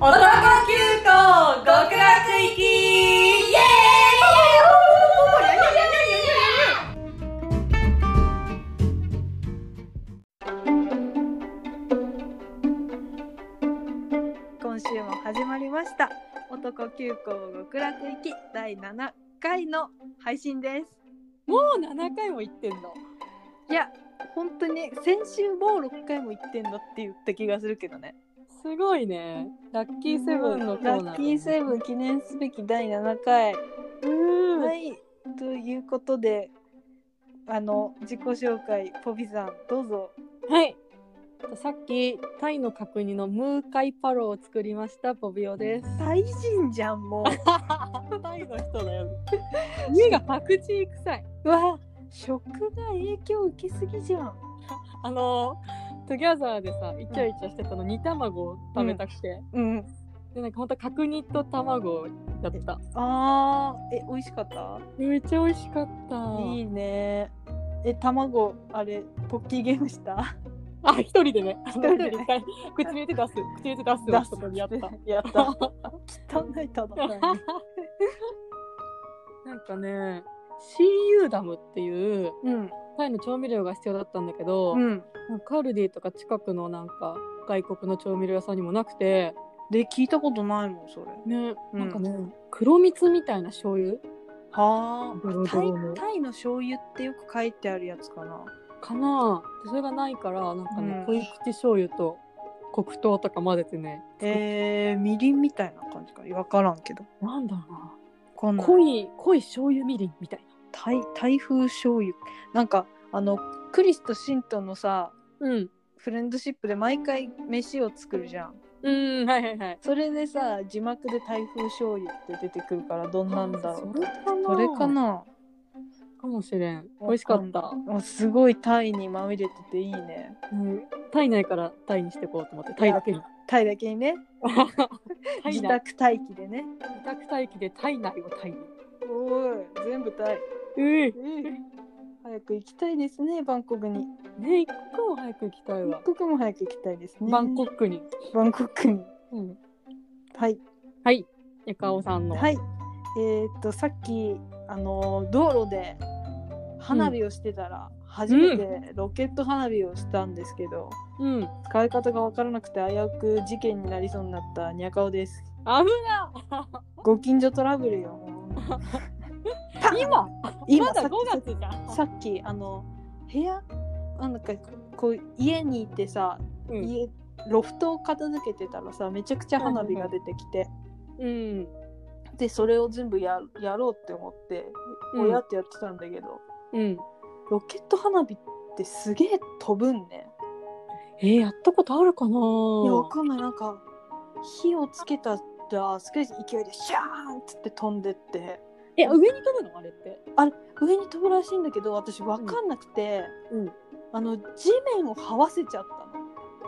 男急行極楽行きイエーイ今週も始まりました男急行極楽行き第7回の配信ですもう7回も行ってんのいや本当に先週もう6回も行ってんだって言った気がするけどねすごいねラッキーセブンのコーナーラッキーセブン記念すべき第7回、うんはいということであの自己紹介ポビさんどうぞはいさっきタイの角煮のムーカイパロを作りましたポビ オですタイ人じゃんも うタイの人だよ家がパクチー臭いわ食が影響受けすぎじゃんあのトゥギャザーでさイチャイチャしてたの煮卵を食べたくて、うんでなんかほんと角煮と卵だったあーえ美味しかっためっちゃ美味しかったいいね。え、卵、あれ、ポッキーゲームした。あ一人でね一人でね一回口に入れて出す口に入れて出すを一人で やったやった。汚いただ単に。なんかね CU ダムっていううん。タイの調味料が必要だったんだけど、うん。カルディとか近くのなんか外国の調味料屋さんにもなくてで、聞いたことないもん、それ。ね、うんなんかね黒蜜みたいな醤油はドロあ。タドイロの、タイの醤油ってよく書いてあるやつかな。かなでそれがないからなんかね、うん濃い口醤油と黒糖とか混ぜてねえー、みりんみたいな感じか。わからんけど。なんだろうなわかんない。濃い濃い醤油みりんみたいタイ、台風醤油。なんか、あの、クリスとシンとのさ、なうんフレンドシップで毎回飯を作るじゃん。うんはいはいはいそれでさ字幕で台風醤油って出てくるからどんなんだろうそれかなそれかなかもしれん美味しかった、あすごいタイにまみれてていいねうん、タイないからタイにしてこうと思ってタイだ けにタイだけにねタイ自内宅待機でね自宅待機でタイ内をタイにおい全部タイ、うい早く行きたいですねバンコクにね一刻も早く行きたいバわン、コクも早く行きたいですねバンコクに、バンコクにうん、はいはいゆかおさんの、はいえーっとさっきあのー道路で花火をしてたら、初めてロケット花火をしたんですけど、うん使い方が分からなくて危うく事件になりそうになったニャカオです危なご近所トラブルよもう今 今まださっ5き月じゃんさっきあの部屋あなんかこう家にいてさ、うん、家ロフトを片付けてたらさめちゃくちゃ花火が出てきて、うんでそれを全部ややろうって思ってうん親ってやってたんだけど、うんロケット花火ってすげえ飛ぶんね、えー、やったことあるかないやわかんないなんか火をつけたらすごい勢いでシャーンっつって飛んでって。え上に飛ぶのあれって上に飛ぶらしいんだけど私分かんなくて、うんあの地面を這わせちゃったあ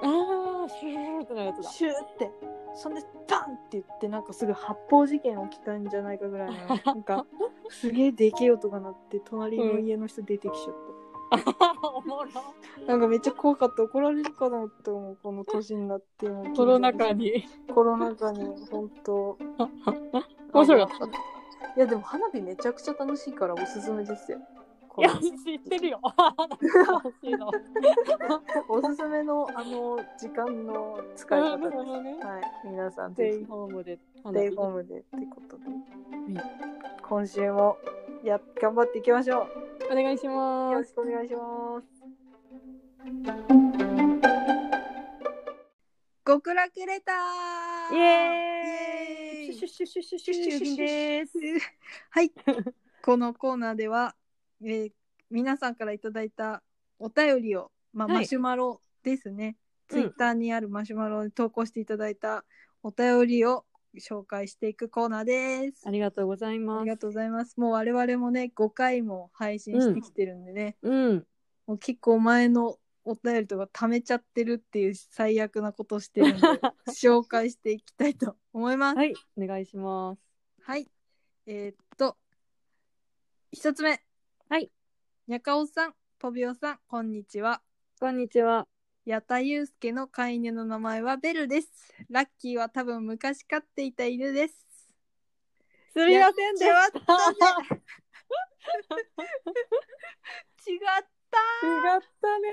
あシューってなるやつのだシューってそんでバンって言ってなんかすぐ発砲事件起きたんじゃないかぐらいの なんかすげえでけえ音が鳴って隣の家の人出てきちゃっ おもろた、なんかめっちゃ怖かった怒られるかなって思うこの年になってもコロナ 禍にコロナ禍に本当 面白かったいやでも花火めちゃくちゃ楽しいからおすすめですよいや知ってるよ 楽しいのおすすめのあの時間の使いな方るです。ほどねはい、皆さんステぜイひホームでステイホームでってことで、今週もや頑張っていきましょお願いしう。よまろすしくお願いします。極楽レター。イイエーイエーイシュシュシュシシュッシュッシュッシュッシュッはい、このコーナーでは、えー皆さんからいただいたお便りを、まあ、はいマシュマロですね、うんツイッターにあるマシュマロに投稿していただいたお便りを紹介していくコーナーです。ありがとうございあまりがすとうございます。もう我々もね、5回も配信してきてるんでね、うんもう結構前のお便りとか溜めちゃってるっていう最悪なことしてるんで、紹介していきたいと思います。はいお願いしますはい。えーっと、一つ目。はい。にゃかおさん、ぽびおさん、こんにちは。こんにちは矢田祐介の飼い犬の名前はベルです。ラッキーは多分昔飼っていた犬です。すすみませんででははったぜ違った違ったね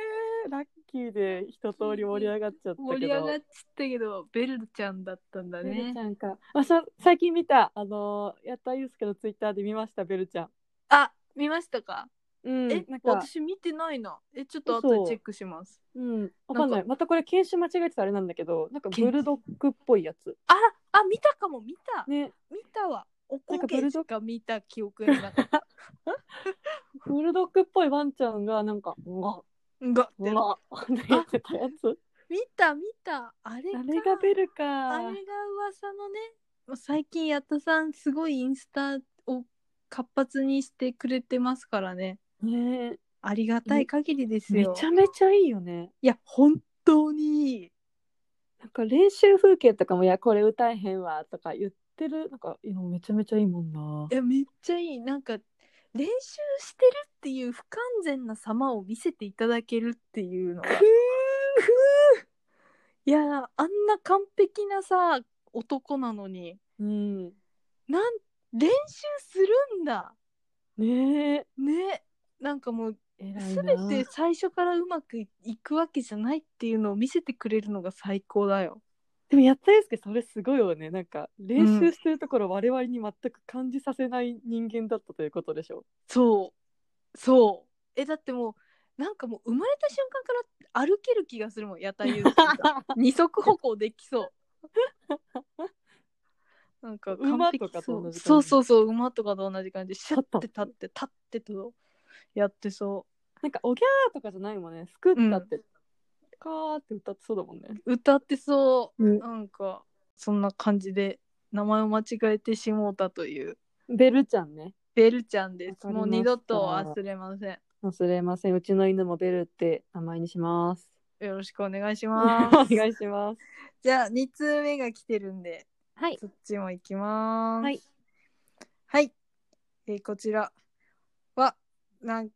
ラッキーで一通り盛り上がっちゃったけど盛り上がっちゃったけどベルちゃんだったんだベねルち。ゃんかあさ最近見たあのやったゆうすけのツイッターで見ましたベルちゃんあ見ましたか、うんえなんか私見てないな。えちょっと嘘後でチェックします。うんわかんないまたこれ犬種間違えてたらあれなんだけどなんか犬種ブルドッグっぽいやつああ見たかも見た、ね見たわ。おなんこかブげルドしか見た記憶になか った。ブルドッグっぽいワンちゃんがなんかうわうわう わってやってたやつ見た見たあれかあれがベルかあれが噂のねもう最近やったさんすごいインスタを活発にしてくれてますからねねありがたい限りですめよちゃめちゃいいよねいや本当にいいなんか練習風景とかも「いやこれ歌えへんわ」とか言ってるなんかいやめちゃめちゃいいもんないやめっちゃいいなんか練習してるっていう不完全な様を見せていただけるっていうのがいやあんな完璧なさ男なのにうんなん練習するんだねえねなんかもう偉いすなべて最初からうまくいくわけじゃないっていうのを見せてくれるのが最高だよ。でもやったゆうすけそれすごいよねなんか練習してるところ我々に全く感じさせない人間だったということでしょそう。そう。え、だってもう、なんかもう生まれた瞬間から歩ける気がするもん、やたゆうすけが 二足歩行でき そう。なんか完璧馬とかと同じ感じそうそうそうそう、馬とかと同じ感じ。シュッて立立って、立ってとやってそなんかおぎゃーとかじゃないもんねすくったって、かーって歌ってそうだもんねう。歌ってそうう。なんか、そんな感じで、名前を間違えてしもうたという。ベルちゃんねベルちゃんです。わもかりましたう二度と忘れません。忘れませんうちの犬もベルって名前にしますよろしくお願いしおます。願いします じゃあ2通目が来てるんで、はいそっちも行きます。はい。はい。えーこちらはなん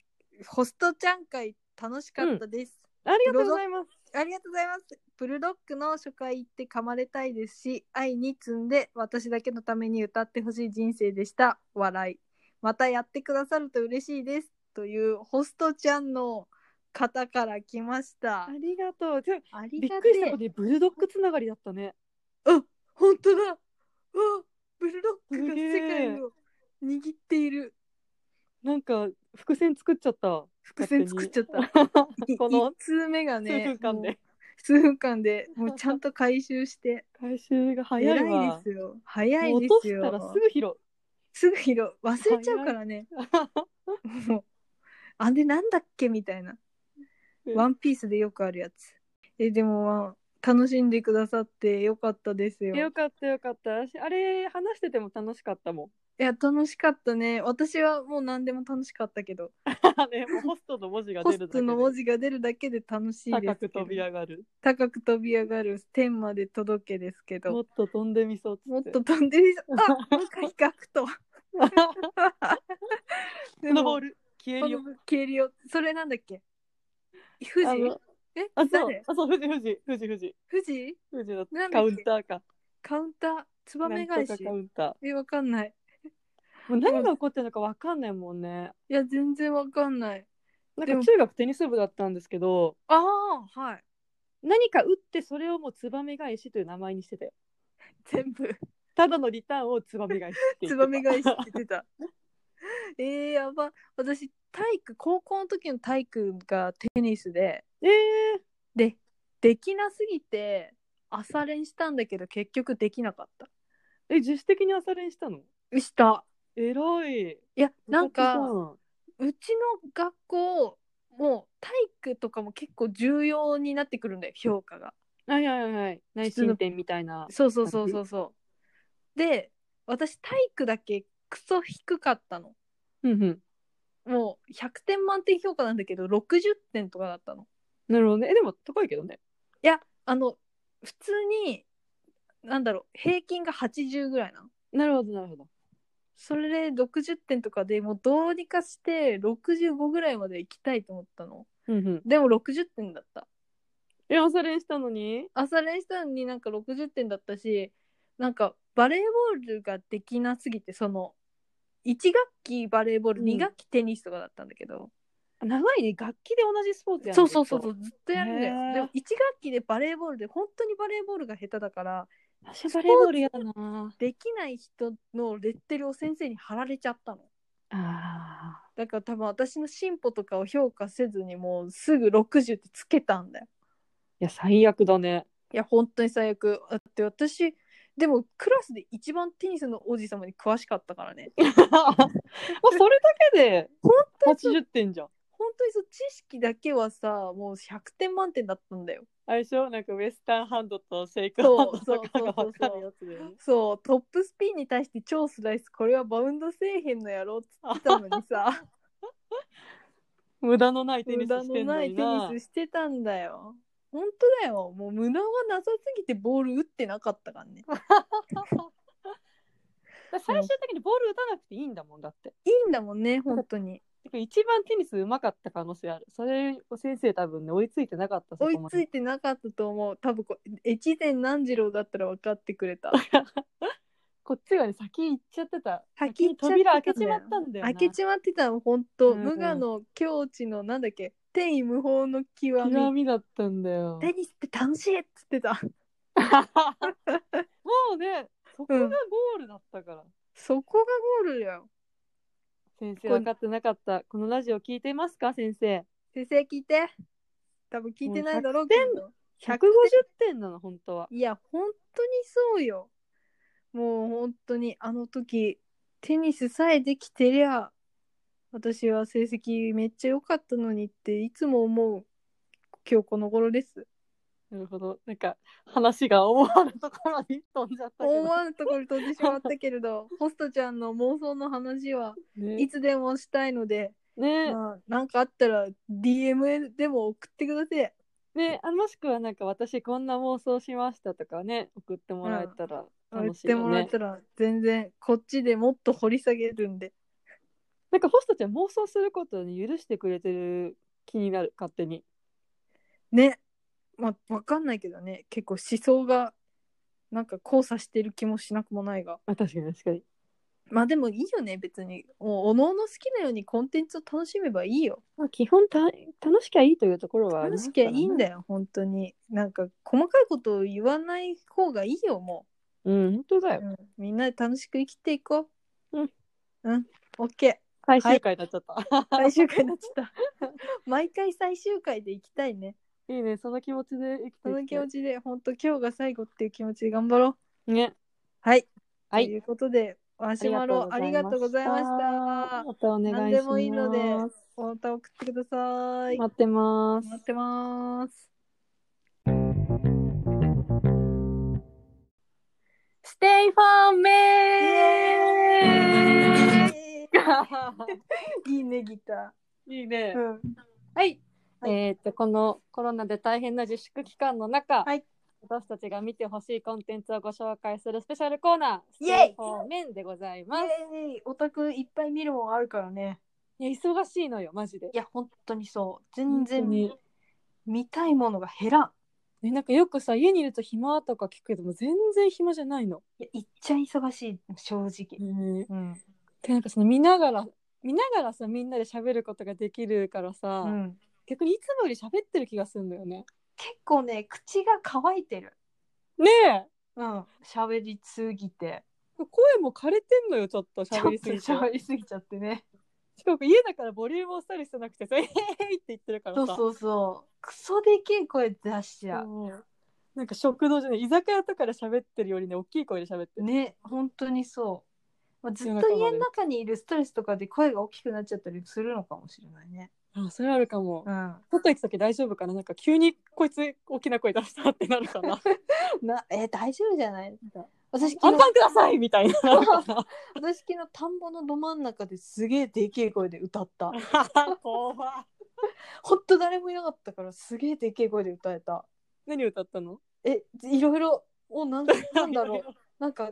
ホストちゃん会楽しかったです。ありがとうございますありがとうございます。ブルドッグの初回行って噛まれたいですし、愛に積んで私だけのために歌ってほしい人生でした。笑い。またやってくださると嬉しいです。というホストちゃんの方から来ましたあ。りがとうでありびっがくりしたてことにブルドッグつながりだったねあ本当だあブルドッグがすげ世え界を握っているなんか伏線作っちゃった伏線作っちゃった勝手いにこの一通目が 数ね分間もうで数分間でもうちゃんと回収して回収が早早いいわですよ早もいうで落とすしたらよすぐ拾うすぐ拾う忘れちゃうからねもう あれなんだっけみたいな 「ワンピースでよくあるやつえでもまあ楽しんでくださってよかったですよよかったよかった私あれ話してても楽しかったもんいや楽しかったね私はもう何でも楽しかったけど ねもうホストの文字がホ出るスだけトでの文字が出るだけで楽しいですけど高く飛び上がる高く飛び上がる天まで届けですけどももっと飛んでみそうっつってっと 飛んでみそうあなんか比較とこのボールル消えるよ軽量それなんだっけ富あ士のえあそう誰あそう富士富士富士富士富士富士だったなんだカっウけンターかカウンターツバメ返なんしとかカウンターえわかんないもう何が起こってるのかわかんないもんねいや全然わかんないなんでかも中学テニス部だったんですけどああはい何か打ってそれをもうツバメ返しという名前にしてたよ全部 ただのリターンをツバメ返しって言ってたツバメ返しって言ってたえー、やば私体育高校の時の体育がテニスで ええでできなすぎて朝練したんだけど結局できなかったえ自主的に朝練したのしたえらいいやなんか部うちの学校もう体育とかも結構重要になってくるんだよ評価が活じゃんはいはいはいはい内申点みたいなそうそうそうそうそうで私体育だけクソ低かったのうんうんもう100点満点評価なんだけど60点とかだったのなるほどねえでも高いけどねいやあの普通になんだろう平均が80ぐらいなのなるほどなるほどそれで60点とかでもうどうにかして65ぐらいまで行きたいと思ったのうんうんでも60点だったええ、朝練したのに朝練したのになんか60点だったしなんかバレーボールができなすぎてその1学期バレーボール、うん2学期テニスとかだったんだけど長いね、楽器で同じスポーツやんそうそうそうずそっうずっとやるんだへーよでも1学期でバレーボールで本当にバレーボールが下手だからと私バレーボールやだな。できない人のレッテルを先生に貼られちゃったのあだから多分私の進歩とかを評価せずにもうすぐ60ってつけたんだよーいや、最悪だ ね。いや本当に最悪だって私でもクラスで一番テニスの王子様に詳しかったからね まあ、それだけで本当にそう80点じゃん。本当にそう知識だけはさもう100点満点だったんだよあれでしょなんかウエスタンハンドとシェイクハンそうそうドとかそうがそ分うかるそやうつだよね。そうトップスピンに対して超スライスこれはバウンドせえへんのやろっつってたのにさ無駄のないテニ無ス駄してのんのないにテなニスしてたんだよ本当だよもう無駄は謎すぎてボール打ってなかったからねだから最終的にボール打たなくていいんだもんだって。いいんだもんね本当 にてか一番テニスうまかった可能性ある。それを先生多分ね追いついてなかった追いついててなかったと思う多分こう越前何次郎だったら分かってくれたこっちがね先行っちゃってた。先行っちゃってたんだよ扉開けちまったんだよな。開けちまってたの本当、うんうん無我の境地のなんだっけ天意無法の極み極みだったんだよ。テニスって楽しいっつってたもうねそこがゴールだったから。そこがゴールだよ先生分かってなかった。このラジオ聞いてますか先生。先生聞いて多分聞いてないだろうけど150点なの本当は。いや本当にそうよもう本当にあの時テニスさえできてりゃ私は成績めっちゃ良かったのにっていつも思う今日この頃ですなるほど。なんか話が思わぬところに飛んじゃったけ思ど。わぬところに飛んでしまったけれ どホストちゃんの妄想の話はねいつでもしたいので、ねまあ、なんかあったら DM でも送ってくださいねあもしくはなんか私こんな妄想しましたとかね送ってもらえたら言楽っしいよねて、もらえたら全然こっちでもっと掘り下げるんでなんかホストちゃん妄想することに許してくれてる気になる勝手にねまあ分かんないけどね結構思想がなんか交差してる気もしなくもないがあ確かに確かにまあでもいいよね別にもうおのおの好きなようにコンテンツを楽しめばいいよまあ基本た楽しきゃいいというところはあり楽ますしかきらゃいいんだよ本当になんか細かいことを言わない方がいいよもうん本当だう、よみんなで楽しく生きていこううんうんオッケ最終回になっちゃった、ー最終回になっちゃった 毎回最終回で行きたいね い、いねその気持ちで生きていきそたいの気持ちで本当今日が最後っていう気持ちで頑張ろうねはい。はいということで、マシュマロありがとうございました。またお願いします何でもいいので、また送ってください。待ってます待ってます。 Stay for イ me! エーイいいね、ギタ いいねー。。うん。はい。はいえーっと、このコロナで大変な自粛期間の中、はい私たちが見てほしいコンテンツをご紹介するスペシャルコーナー、イエイ Stay for Men でございます。イエーイオタクいっぱい見るもんあるからね。いや、忙しいのよ、マジで。いや、本当にそう。全然本当に見たいものが減らん。ね、なんかよくさ、家にいると暇とか聞くけども、全然暇じゃないの。いや、いっちゃ忙しい、正直。ねうん。で、なんかその見ながら、見ながらさ、みんなで喋ることができるからさ、うん、逆にいつもより喋ってる気がするんだよね。結構ね、口が乾いてる。ねえうん。喋りすぎて。声も枯れてんのよ、ちょっとちょ喋っりすとぎて。喋りすぎちゃってね。しかも家だからボリュームをしたりしてなくてさ、えーい って言ってるからそさ。うそうそう。クソでけえ声出しちゃう。うんなんか食堂じゃない居酒屋とかで喋ってるよりね大きい声で喋ってる、ね、本当にそう。まあ、ずっ夜と中ま家での中にいるストレスとかで声が大きくなっちゃったりするのかもしれないね。あそれあるかも、うん。外行く時大丈夫かななんか急にこいつ大きな声出したってなる かななえー大丈夫じゃない私あ昨ん日パンくださいみたいななるかな私昨日田んぼのど真ん中ですげえでけえ声で歌った。怖いほんと誰もいなかったからすげえでけえ声で歌えた。何歌ったのえ、いろいろ、お、なんなんだろう。なんか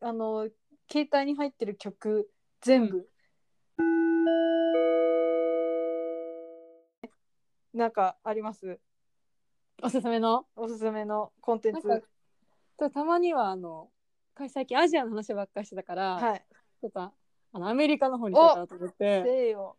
あの携帯に入ってる曲全部、なんかありますおすすめのおすすめのコンテンツ。なんかちょっとたまにはあの最近アジアの話ばっかりしてたから、はい。ちょっとあのアメリカの方にしようかなと思ってせーよ。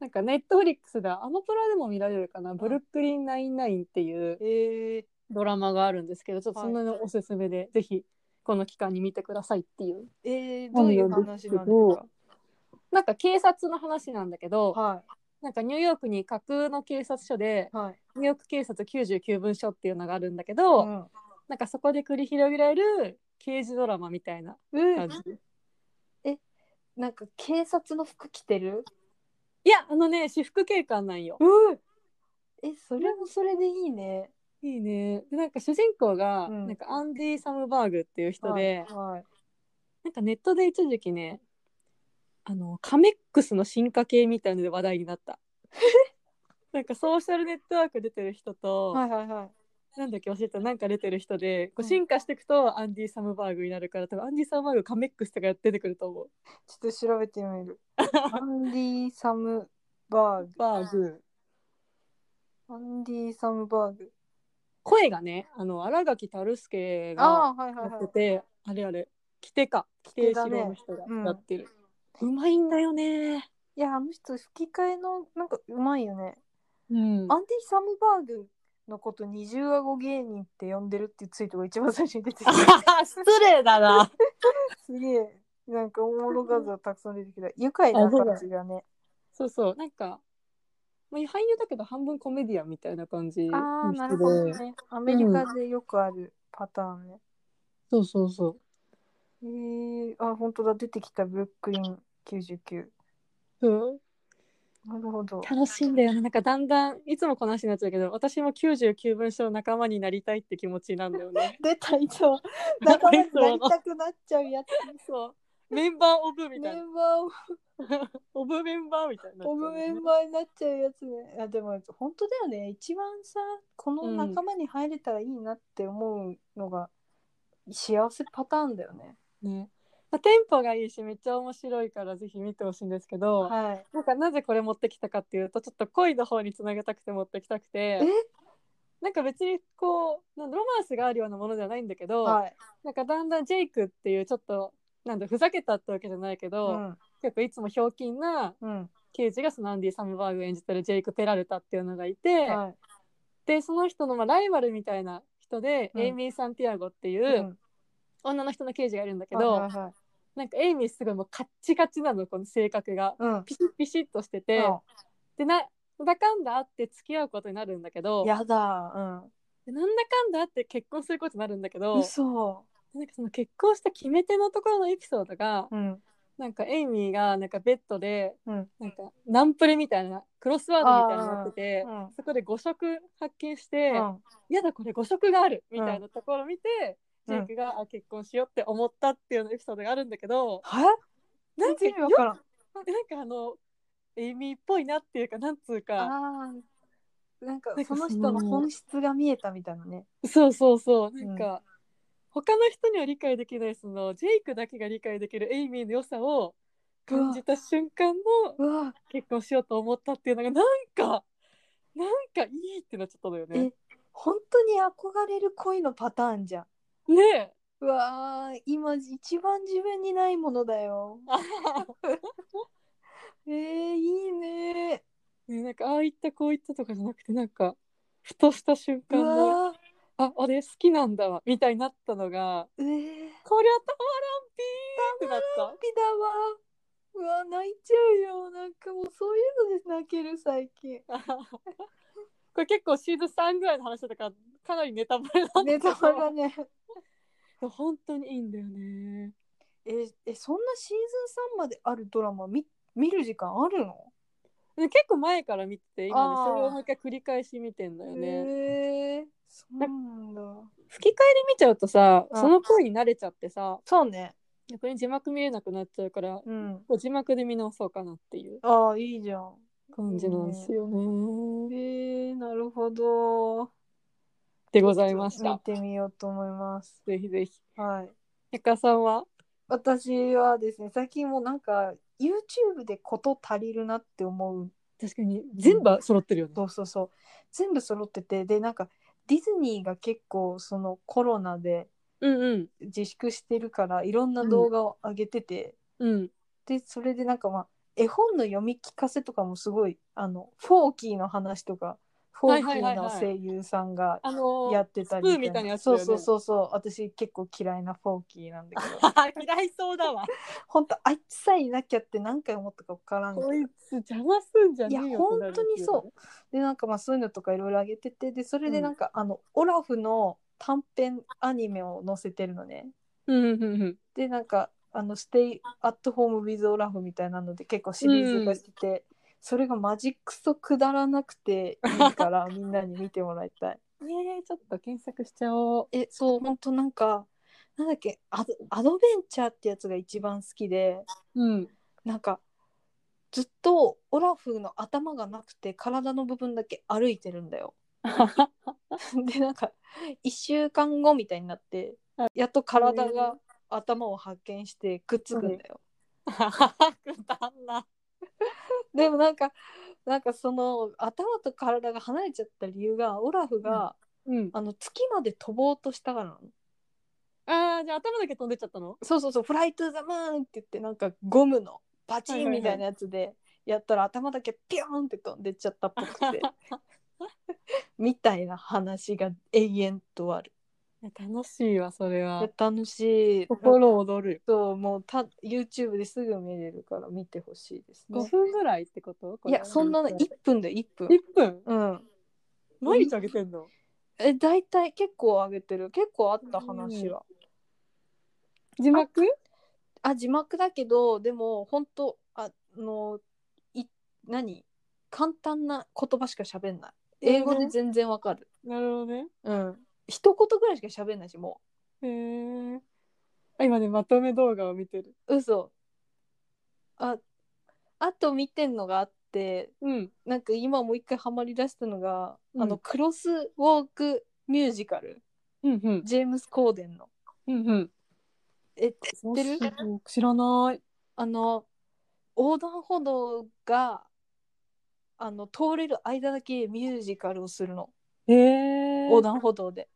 なんかネットフリックスでアマプラでも見られるかな「ブルックリン99」っていうええドラマがあるんですけどちょっとそんなのおすすめで、ぜひこの期間に見てくださいっていうええどういう話なんですなんか警察の話なんだけど、か。はなんかニューヨークに架空の警察署でい。はい。ニューヨーク警察99分署っていうのがあるんだけど、ん。なんかそこで繰り広げられる刑事ドラマみたいなう感んじ。なんか警察の服着てる。いやあのね私服警官なんよ。うん。え、それもそれでいいね。いいね。でなんか主人公が、うんなんかアンディ・サムバーグっていう人で、はい。なんかネットで一時期ねあのカメックスの進化系みたいので話題にな った。なんかソーシャルネットワーク出てる人と、はい。はい。はい。なんだっけ忘れたなんか出てる人でこううん進化していくとアンディ・サムバーグになるから多分アンディ・サムバーグカメックスとかやって出てくると思う。ちょっと調べて みる。アンディ・サムバーグ。バーグアンディ・サムバーグ。声がねあの新垣樽助がああ、はいはやいはってい。てあ,、れあれ規定か規定規定指だね導の人がやってる、うまいんだよねいや、あの人、吹き替えの、なんか、うまいよね。うんアンディ・サムバーグのこと、二重顎芸人って呼んでるっていうツイートが一番最初に出 てきた。失礼だなすげえ。なんか、おもろ画像たくさん出てきた。愉快な感じがね。そうそうなんか、まあ、俳優だけど半分コメディアンみたいな感じのああ、なる人ほどでね。アメリカでよくあるパターンね。そうそうそうええー、あ、本当だ。出てきた、ブルックリン99。そうなるほど。楽しいんだよねなんかだんだんいつもこの話になっちゃうけど私も99分賞の仲間になりたいって気持ちなんだ よね出た、いつも。仲間いにつものなりたくなっちゃう やつ。そうメンバーオブみたメいなンバーをオブメンバーみたいになっちゃオうブよねメンバーになっちゃうやつね。あでも本当だよね。一番さこの仲間に入れたらいいなって思うのが幸せパターンだよね。ね、まあ、テンポがいいしめっちゃ面白いからぜひ見てほしいんですけど、はい。なんかなぜこれ持ってきたかっていうとちょっと恋の方につなげたくて持ってきたくてなんか別にこうなんロマンスがあるようなものじゃないんだけど、はい。なんかだんだんジェイクっていうちょっとなんだふざけたってわけじゃないけうど、ん結構いつもひょうきんなうん。刑事がそのアンディ・サムバーグ演じてるジェイク・ペラルタっていうのがいて、はでその人のまあライバルみたいな人で、うんエイミー・サンティアゴっていい。ううん女の人の刑事がいるんだけはいど、はいはい。なんかエイミーすごいもうカッチカチなのこの性格がうん。ピシッピシッとしてて、でななんだかんだあって付き合うことになるんだけうどんやだ。でなんだかんだあって結婚することになるんだけうん。ど嘘。なんかその結婚した決め手のところのエピソードが、うん。なんかエイミーがなんかベッドで、うんなんかナンプレみたいなクロスワードみたいなのやっててう。ん。そこで誤色発見して、うんやだこれ誤色があるみたいなところを見て、うんジェイクが、あ結婚しようって思ったっていうようなエピソードがあるんだけど、はなんか全然わからん。なんかあのエイミーっぽいなっていうかなんつうかああ。なんかなんかその人のその本質が見えたみたいなね。そうそうそうなんか、他の人には理解できないそのジェイクだけが理解できるエイミーの良さを感じた瞬間のうわ。結婚しようと思ったっていうのがなんかなんかいいってなっちゃったのよね。本当に憧れる恋のパターンじゃん。ねえうわー今一番自分にないものだよ。 えー、いいねねなんかああいったこういったとかじゃなくてなんかふとした瞬う間のわあ俺好きなんだわみたいになったのがーえー、こりゃたまらんピーンってなった。ピだわうわー泣いちゃうよなんかもうそういうので泣ける最近 これ結構シーズン3ぐらいの話だからかなりネタバレなんだネけどタバレだね本当にいいんだよね ええそんなシーズン3まであるドラマ見見る時間あるので結構前から見てて今ねあーそれをもう一回繰り返し見てんだよねえー、そうなんだ吹き替えで見ちゃうとさうんその声に慣れちゃってさそうね逆に字幕見れなくなっちゃうからこうんう字幕で見直そうかなっていうああいいじゃん感じなんですよねえー、なるほどでございまし見たてみようと思いますぜひぜひはいゆかさんは私はですね最近もうなんか YouTube でこと足りるなって思う確かに全部揃ってるよね、そうそうそう全部揃っててでなんかディズニーが結構そのコロナでうん、うん自粛してるからいろんな動画を上げてて、うんでそれでなんかまあ絵本の読み聞かせとかもすごいあのフォーキーの話とかフォーキはーいはいはいのはい声優さんがあのやってたりスプーンみたいなやつそだようねそうそうそう私結構嫌いなフォーキーなんだ けど嫌いそうだわ本当あいつさえいなきゃって何回思ったか分からんけどこいつ邪魔すんじゃいねやえよ本当にそうでなんかまあそういうのとかいろいろ上げててでそれでなんか、あのオラフの短編アニメを載せてるのねううんうんうんでなんかあの「Stay at Home with オラフ」みたいなので結構シリーズ化してて、それがマジクソくだらなくていいから みんなに見てもらいたいねえちょっと検索しちゃおうえそう本当なんかなんだっけアドアドベンチャーってやつが一番好きでうんなんかずっとオラフの頭がなくて体の部分だけ歩いてるんだよ でなんか1週間後みたいになってやっと体が頭を発見してくっつくんだよ。くだんなでもなんかなんかその頭と体が離れちゃった理由がオラフが、うんあの月まで飛ぼうとしたからなの。あーじゃあ頭だけ飛んでっちゃったのそうそうそう「フライトゥーザムーン」って言ってなんかゴムのパチンみたいなやつでやったら頭だけピョーンって飛んでっちゃったっぽく てみたいな話が永遠とある。いや楽しいわそれいはや楽しい。心躍るそうもうた YouTube ですぐ見れるから見てほしいです5ね。分ぐらいってことこいれやそんなの1分だよ1分。 1分うん。毎日あげてんのえ大体結構上げてる結構あった話は。字幕あ字幕だけどでも本当あのい何簡単な言葉しか喋んない。英語で全然わかる。なるほどねうん。一言ぐらいしか喋んないしもへえあ今ねまとめ動画を見てるう嘘。ああと見てんのがあってうんなんか今もう一回ハマりだしたのが、うんあのクロスウォークミュージカルうんうんジェームス・コーデンのうんうんえ知ってる知らないあの横断歩道があの通れる間だけミュージカルをするのへえ横断歩道で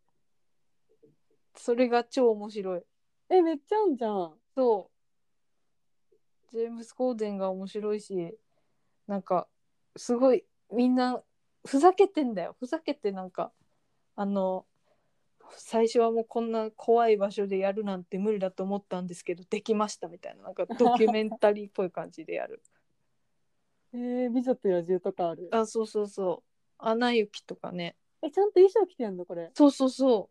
それが超面白いえめっちゃあんじゃんそうジェームス・コーデンが面白いしなんかすごいみんなふざけてんだよふざけてなんかあの最初はもうこんな怖い場所でやるなんて無理だと思ったんですけどできましたみたいななんかドキュメンタリーっぽい感じでやるえー、美女と野獣とかあるあそうそうそう「アナ雪」とかねえちゃんと衣装着てんのこれそうそうそ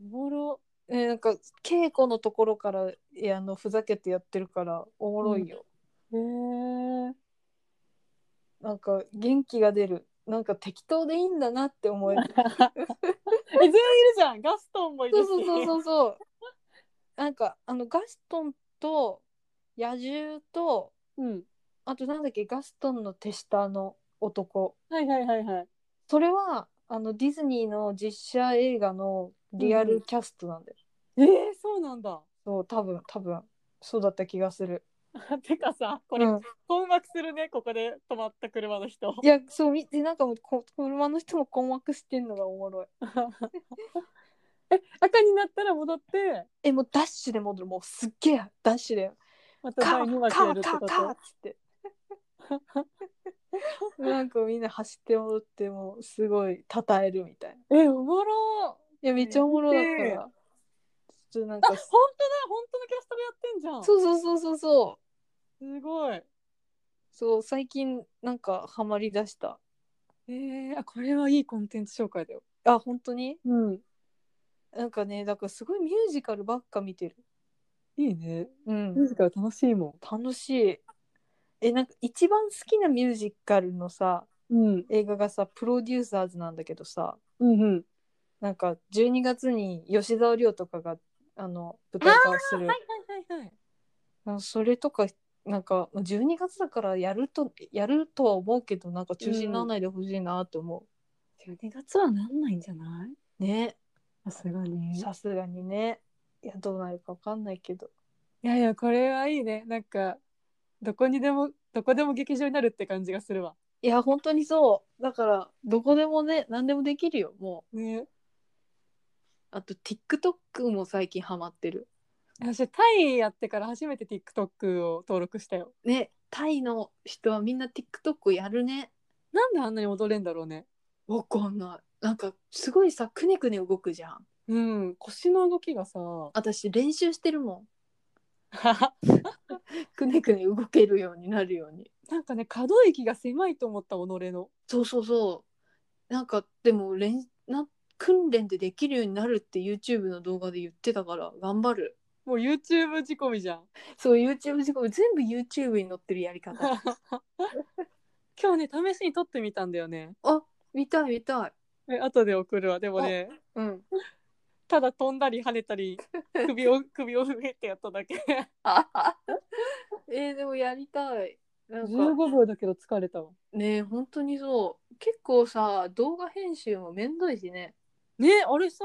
おもろう、えーなんか稽古のところからえーあのふざけてやってるからおもろいよ、へえー、なんか元気が出るなんか適当でいいんだなって思 えるえ全員いるじゃんガストンもいるそしうそうそうそうそうなんかあのガストンと野獣とうんあとなんだっけガストンの手下の男はいはいはいはいそれはあのディズニーの実写映画のリアルキャストなんだよ、えー、そうなんだそう多分多分そうだった気がする、 てかさこうれ、ん、困惑するねここで止まった車の人いやそう見てなんかもうこ車の人も困惑してんのがおもろい え赤になったら戻ってえもうダッシュで戻るもうすっげえダッシュだよまたカ第2ー話カやーるってカーこカーっとつって。なんかみんな走って戻ってもうすごい称えるみたいな。いえおもろやめっちゃおもろだったええら。ちょっとなんあか本当だ本当のキャストがやってんじゃんそうそうそうそうそうすごいそう最近なんかハマりだした。えー、あこれはいいコンテンツ紹介だよあ本当にうんなんかねだからすごいミュージカルばっか見てる。いいねうミューんジカル楽しいも楽しい。えなんか一番好きなミュージカルのさん、うん、映画がさ「プロデューサーズ」なんだけどさうんうんなんか12月に吉沢亮とかがあの舞台化をするはいはいはいあそれとかなんか12月だからやるとやるとは思うけどなんか中止にならないでほしいなと思、12月はなんないんじゃないうねさすがにいさすがにねいやどうなるかわかんないけどやいやこれはいいねなんかどこにでもどこでも劇場になるって感じがするわいや本当にそうだからどこでもね何でもできるよもうねあと TikTok も最近ハマってる私タイやってから初めて TikTok を登録したよねタイの人はみんな TikTok やるねなんであんなに踊れんだろうねわかんないなんかすごいさくねくね動くじゃんうん腰の動きが さ私練習してるもんくねくね動けるようになるようになんかね可動域が狭いと思った己のそうそうそうなんかでも練な訓練でできるようになるって YouTube の動画で言ってたから頑張るもう YouTube 仕込みじゃんそう YouTube しかも全部 YouTube に載ってるやり方今日ね試しに撮ってみたんだよねあ 見たい見たいえ後で送るわでもねうんただ飛んだり跳ねた り首を首をふめってやっただ けえーでもやりたいなんか15秒だけど疲れたわね本当にそう結構さ動画編集もめんどいしねねあれさ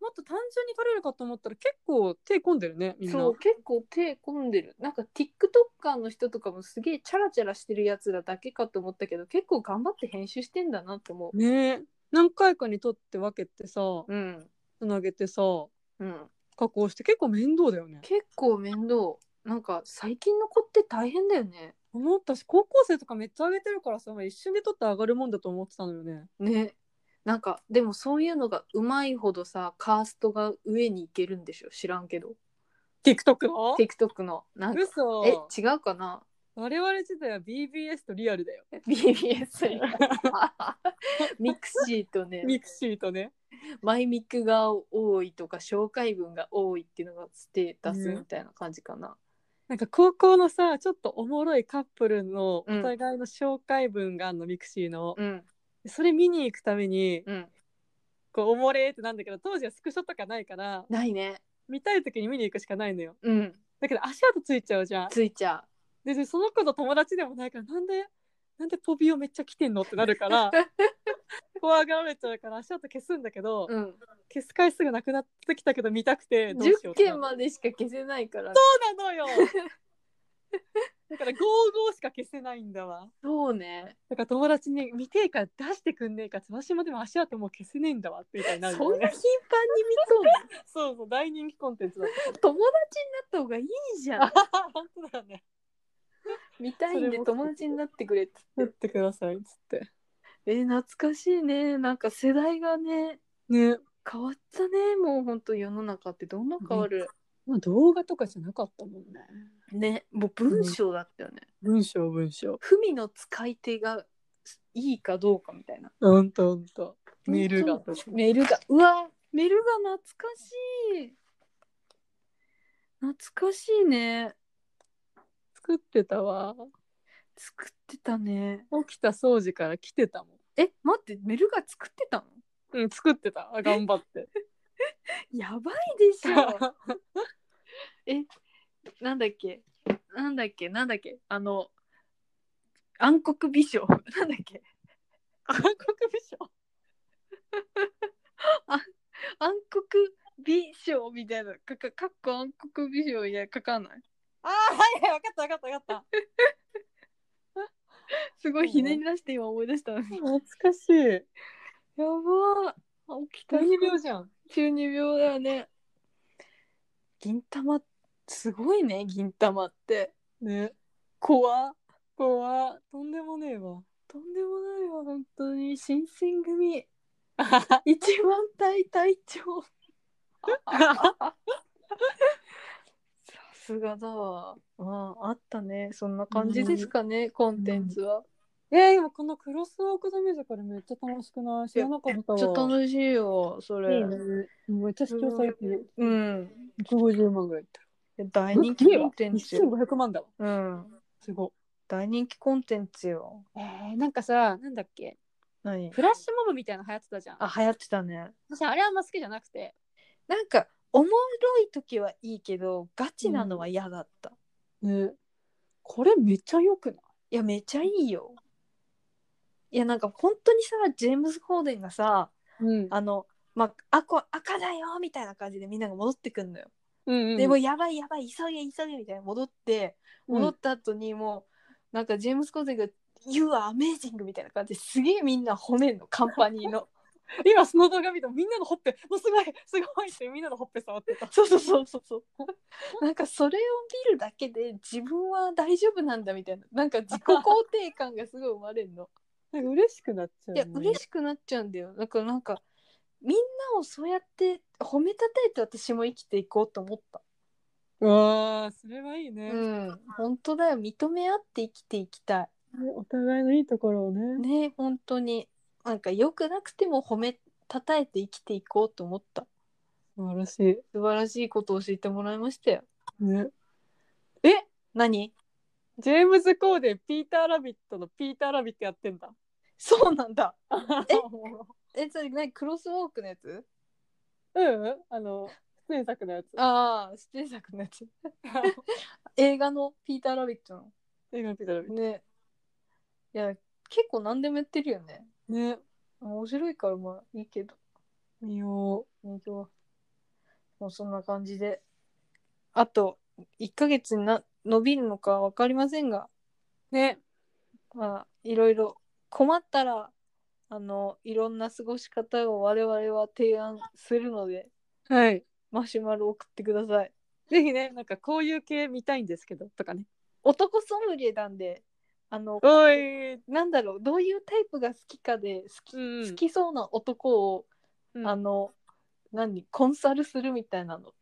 もっと単純に撮れるかと思ったら結構手込んでるねみんなそう結構手込んでるなんか TikToker の人とかもすげえチャラチャラしてるやつらだけかと思ったけど結構頑張って編集してんだなと思うね何回かに撮って分けてさうんつなげてさうん加工して結構面倒だよね結構面倒なんか最近の子って大変だよね思ったし高校生とかめっちゃ上げてるからさ一瞬で撮って上がるもんだと思ってたのよねねなんかでもそういうのがうまいほどさカーストが上に行けるんでしょ知らんけど TikTok の TikTok のなんか嘘え違うかな我々自体は BBS とリアルだよ BBS ミクシーとねミクシーとねマイミクが多いとか紹介文が多いっていうのがステータスみたいな感じかな、なんか高校のさちょっとおもろいカップルのお互いの紹介文があるの、ミクシーの、うんそれ見に行くためにうんこうおもれーってなんだけど当時はスクショとかないからないね見たい時に見に行くしかないのようんだけど足跡ついちゃうじゃんついちゃででその子と友達でもないからなんでなんでポビオめっちゃ来てんのってなるから 怖がられちゃうから足跡消すんだけど、う、うん、消す回数がなくなってきたけど見たくてどうし10ようってな件るまでしか消せないからそうな のよだから55しか消せないんだわそうねだから友達に見てえから出してくんねえか私もでも足跡もう消せねえんだわってみたいになるそよんなね頻繁に見とんの そうそう大人気コンテンツだっ友達になった方がいいじゃん た本当だよね見たいんで友達になってくれっつ 撮っっててくださいっつってえー懐かしいねなんか世代がねね変わったねもうほんと世の中ってどんどん変わる、まあ動画とかじゃなかったもんねねもう文章だったよね、文章文章文の使い手がいいかどうかみたいな。ほんとほんとメールが本当メールが。うわ、メールが懐かしい。懐かしいね。作ってたわ作ってたね。起きた掃除から来てたもえ、待って、メルが作ってたのんうん作ってたあ頑張って やばいでしょ。え、なんだっけなんだっけなんだっけあの、暗黒美少。なんだっけ暗黒美少暗黒美少みたいな。かかかっこ暗黒美少いや、書かない。ああはいはい分かった分かった分かったすごいひねり出して今思い出したのに。懐かしいやばー起きた大病じゃん中二病だよね銀玉すごいね銀玉ってね怖怖とんでもねえわとんでもないわ本当に新選 組一番隊隊長さすがだわああったねそんな感じですかね、コンテンツは、えー、でもこのクロスウォーク・ザ・ミュージカルめっちゃ楽しくない知らなかったわちょっと楽しいよそれいいねめっちゃ視聴されてるうん150万ぐらいいって大人気コンテンツよ1500万だわうんすごい大人気コンテンツよえー、なんかさなんだっけ何フラッシュモブみたいなの流行ってたじゃんあ流行ってたね私あれあんま好きじゃなくてなんかおもろい時はいいけどガチなのは嫌だった、いねこれめっちゃよくないやめちゃいいよいやなんか本当にさジェームズ・コーデンがさうんあのまあ、あこ赤だよみたいな感じでみんなが戻ってくんのよ。うんうんでもうやばいやばい急げ急げみたいな戻って戻った後にもう、なんかジェームス・コーゼンが「You are amazing」みたいな感じですげえみんな骨のカンパニーの今その動画見てもみんなのほっぺもうすごいすごいってみんなのほっぺ触ってたそうそうそうそうそうなんかそれを見るだけで自分は大丈夫なんだみたいななんか自己肯定感がすごい生まれる のなんか嬉しくなっちゃういや嬉ししくなっちゃうんだよだからなんかみんなをそうやって褒めたたえて私も生きていこうと思ったいわあそれはいいね、うん本当だよ認め合って生きていきたいお互いのいいところをねね本当になんか良くなくても褒めたたえて生きていこうと思った素晴らし素晴らしいことを教えてもらいましたよいねえ何 ジェームズ・コーデンピーター・ラビットのピーター・ラビットやってんだそうなんだええそれ何クロスウォークのやつ うんあの出演作のやつああ出演作のやつ映画のピーター・ラビットの映画のピーター・ラビッねいや結構何でもやってるよねトね面白いからまあいいけど見よ本当はもうそんな感じであと1ヶ月にな伸びるのか分かりませんがうねまあいろいろ困ったらあのいろんな過ごし方を我々は提案するのではいマシュマロ送ってくださいぜひねなんかこういう系見たいんですけどとかね男ソムリエなんであのおい、うんなんだろうどういうタイプが好きかで好き,、うん好きそうな男を、うんあの何コンサルするみたいなの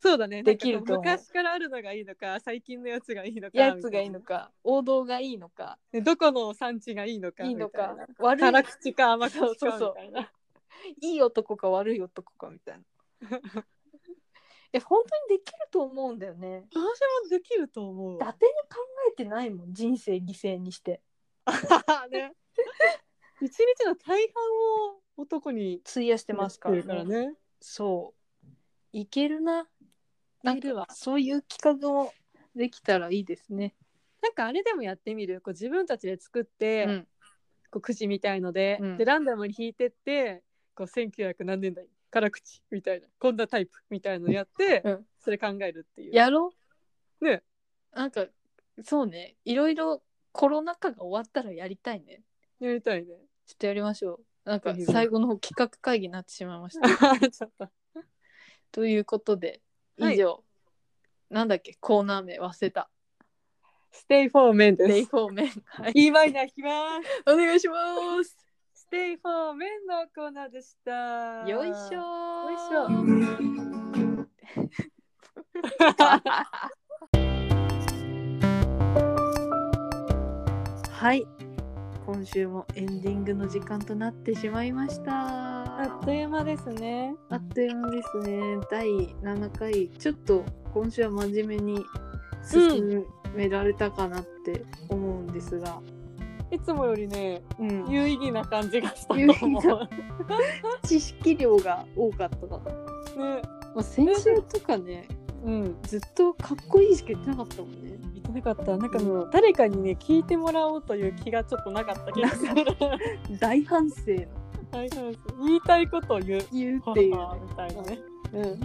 そうだねできるなんかこうと思う昔からあるのがいいのか最近のやつがいいのかやつがいいのみか王道がいいのかたいなねどこの産地がいいのかいいのかみたいな悪い辛口か甘口かみたいなそうそういい男か悪い男かみ たいなえ本当にできると思うんだよね私もできると思伊う達に考えてないもん人生犠牲にして ね、一日の大半を男に費やしてますから,、やってるからねそういけるななんいけるかわそういう企画もできたらいいですね、なんかあれでもやってみるこう自分たちで作って、うんこうくじみたいので、うんでランダムに引いてってこう1900何年代辛口みたいなこんなタイプみたいのやって、うんそれ考えるっていうやろうねなんかそうねいろいろコロナ禍が終わったらやりたいねやりたいね ちょっとやりましょうなんかぜひぜひ最後の方企画会議になってしまいましたちょっとということではい以上、なんだっけコーナー名忘れたステイフォーメンレでイすフォーメンはいいいマイナー弾きますお願いしますステイフォーメンのコーナーでしたよいしょーよい はい今週もエンディングの時間となってしまいましたあっという間ですねあっという間ですね第7回ちょっと今週は真面目に進められたかなって思うんですが、いつもよりねうん有意義な感じがした有意と義思なう知識量が多かったかな、ねまあ、先週とかねうんずっとかっこいいしか言ってなかったもんね言ってなかったなんかもう誰かにね聞いてもらおうという気がちょっとなかった気がする大反省のはいそうです言いたいことを言う言うっていうね、みたいなねうん、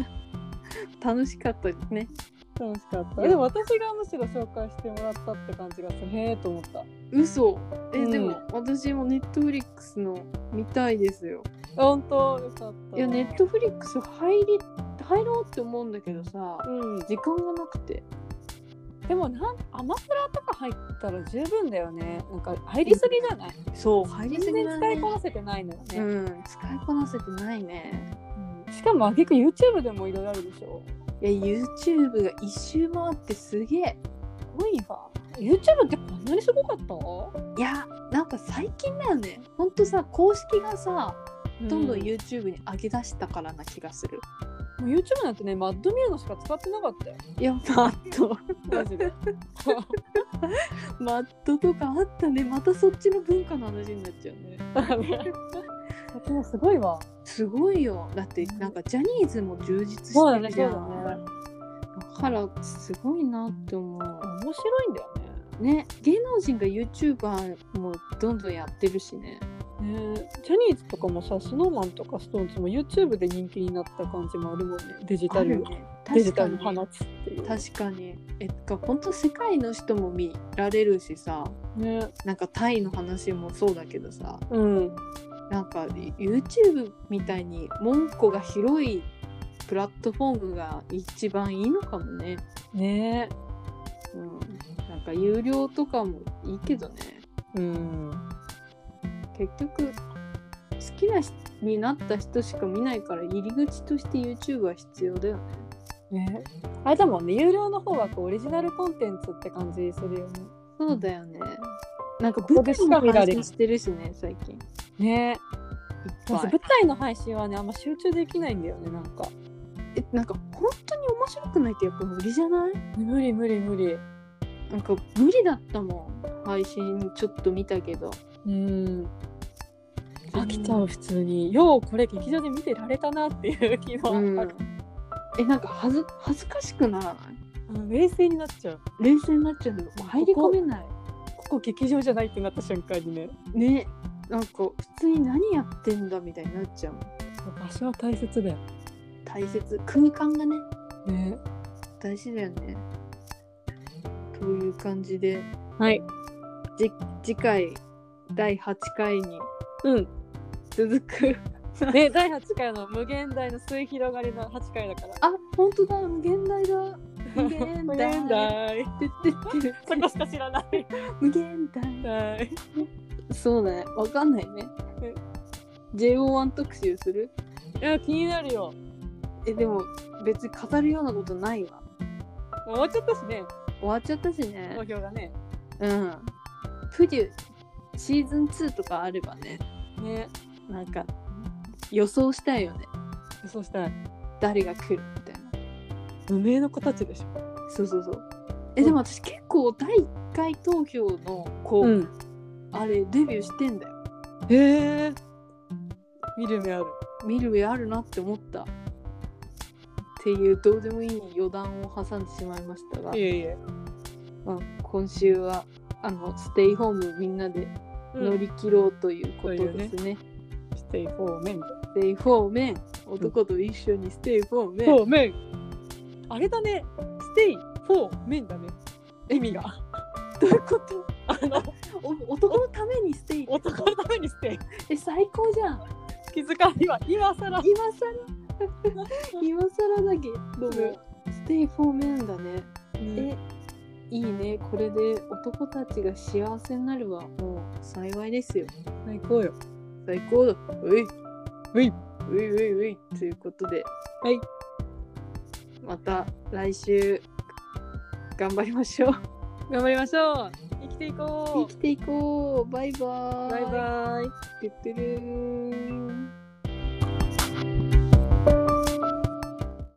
楽しかったですね楽しかったでも私がむしろ紹介してもらったって感じがするへえと思った嘘え、うんでも私もネットフリックスの見たいですよ本当よかったいやネットフリックス入り入ろうって思うんだけどさうん時間がなくてでもなんアマプラとか入ったら十分だよねなんか入りすぎじゃないそう入り全すぎ然ない使いこなせてないのようね、ん使いこなせてないねうんしかも挙句 YouTube でもいろいろあるでしょいや YouTube が一周回ってすげえすごいわ YouTube ってこんなにすごかったいやなんか最近だよねほんとさ公式がさどんどん YouTube に上げ出したからな気がする、もう YouTube なんてねマッドミューのしか使ってなかったよいやマットマ ジでマットとかあったねまたそっちの文化の話になっちゃうね でもすごいわすごいよだってなんかジャニーズも充実してそうだねるじそうゃだねんだからすごいなって思う面白いんだよねね芸能人が YouTuber もどんどんやってるしねねジャニーズとかもさスノーマンとかストーンズも YouTube で人気になった感じもあるもんねデジタル、ねデジ確タかルに放つっていう確かにえっと本当世界の人も見られるしさねなんかタイの話もそうだけどさうんなんか YouTube みたいに門戸が広いプラットフォームが一番いいのかもね、ねうん、なんか有料とかもいいけどねうん結局好きな人になった人しか見ないから入り口として YouTube は必要だよねねあれだもんね有料の方はこうオリジナルコンテンツって感じするよねそうだよねなんかここ舞でし台かも見ら配れ信ないしてるしね最近いっねまぱずい舞台の配信はねあんま集中できないんだよねなんかえなんか本当に面白くないとやっぱ無理じゃない無理無理無理なんか無理だったもん配信ちょっと見たけどうん飽きちゃう普通にようこれ劇場で見てられたなっていう気もあうんる、えなんかはず恥ずかしくならないうん、冷静になっちゃう冷静になっちゃうのもう入り込めないここ劇場じゃないってなった瞬間にねねなんか普通に何やってんだみたいになっちゃうもん場所は大切だよ大切空間がねね大事だよねという感じではいじ次回第8回にうん 続くで第8回の無限大の末広がりの8回だから あ本当だ無限大だ無限無大限大てってってってそこしか知ら ない 無限大はいそうね、わかんないねえ。 JO1 特集するいや気になるよえ、でも別に語るようなことないわ。もう終わっちゃったしね終わっちゃったしね投。票がねうん。プデュシーズン2とかあればね、ねなんか予想したいよね。予想したい誰が来るみたいな。無名の子たちでしょそうそうそう。え、でも私結構第1回投票の子、んあれデビューしてんだよ。へえ見る目ある見る目あるなって思った。っていうどうでもいい余談を挟んでしまいましたが。いえいえまあ、今週はあのステイホームみんなで乗り切ろうということですね。ステイフォーメンステイホーメン男と一緒にステイホーメン、フォーメンあれだねステイフォーメンだね意味が どういうことあのお男のためにステイ男のためにステイえ最高じゃん気づかないわ今更今さら今さらだけども、ステイホーメンだね。ねえいいねこれで男たちが幸せになるはもう幸いですよ。最高よ最高だ。うい。ういういういうい。ということで。はい。また来週、頑張りましょう。頑張りましょう生きていこ生きていこう。バイバーイ。うバイバイイ。てってるー。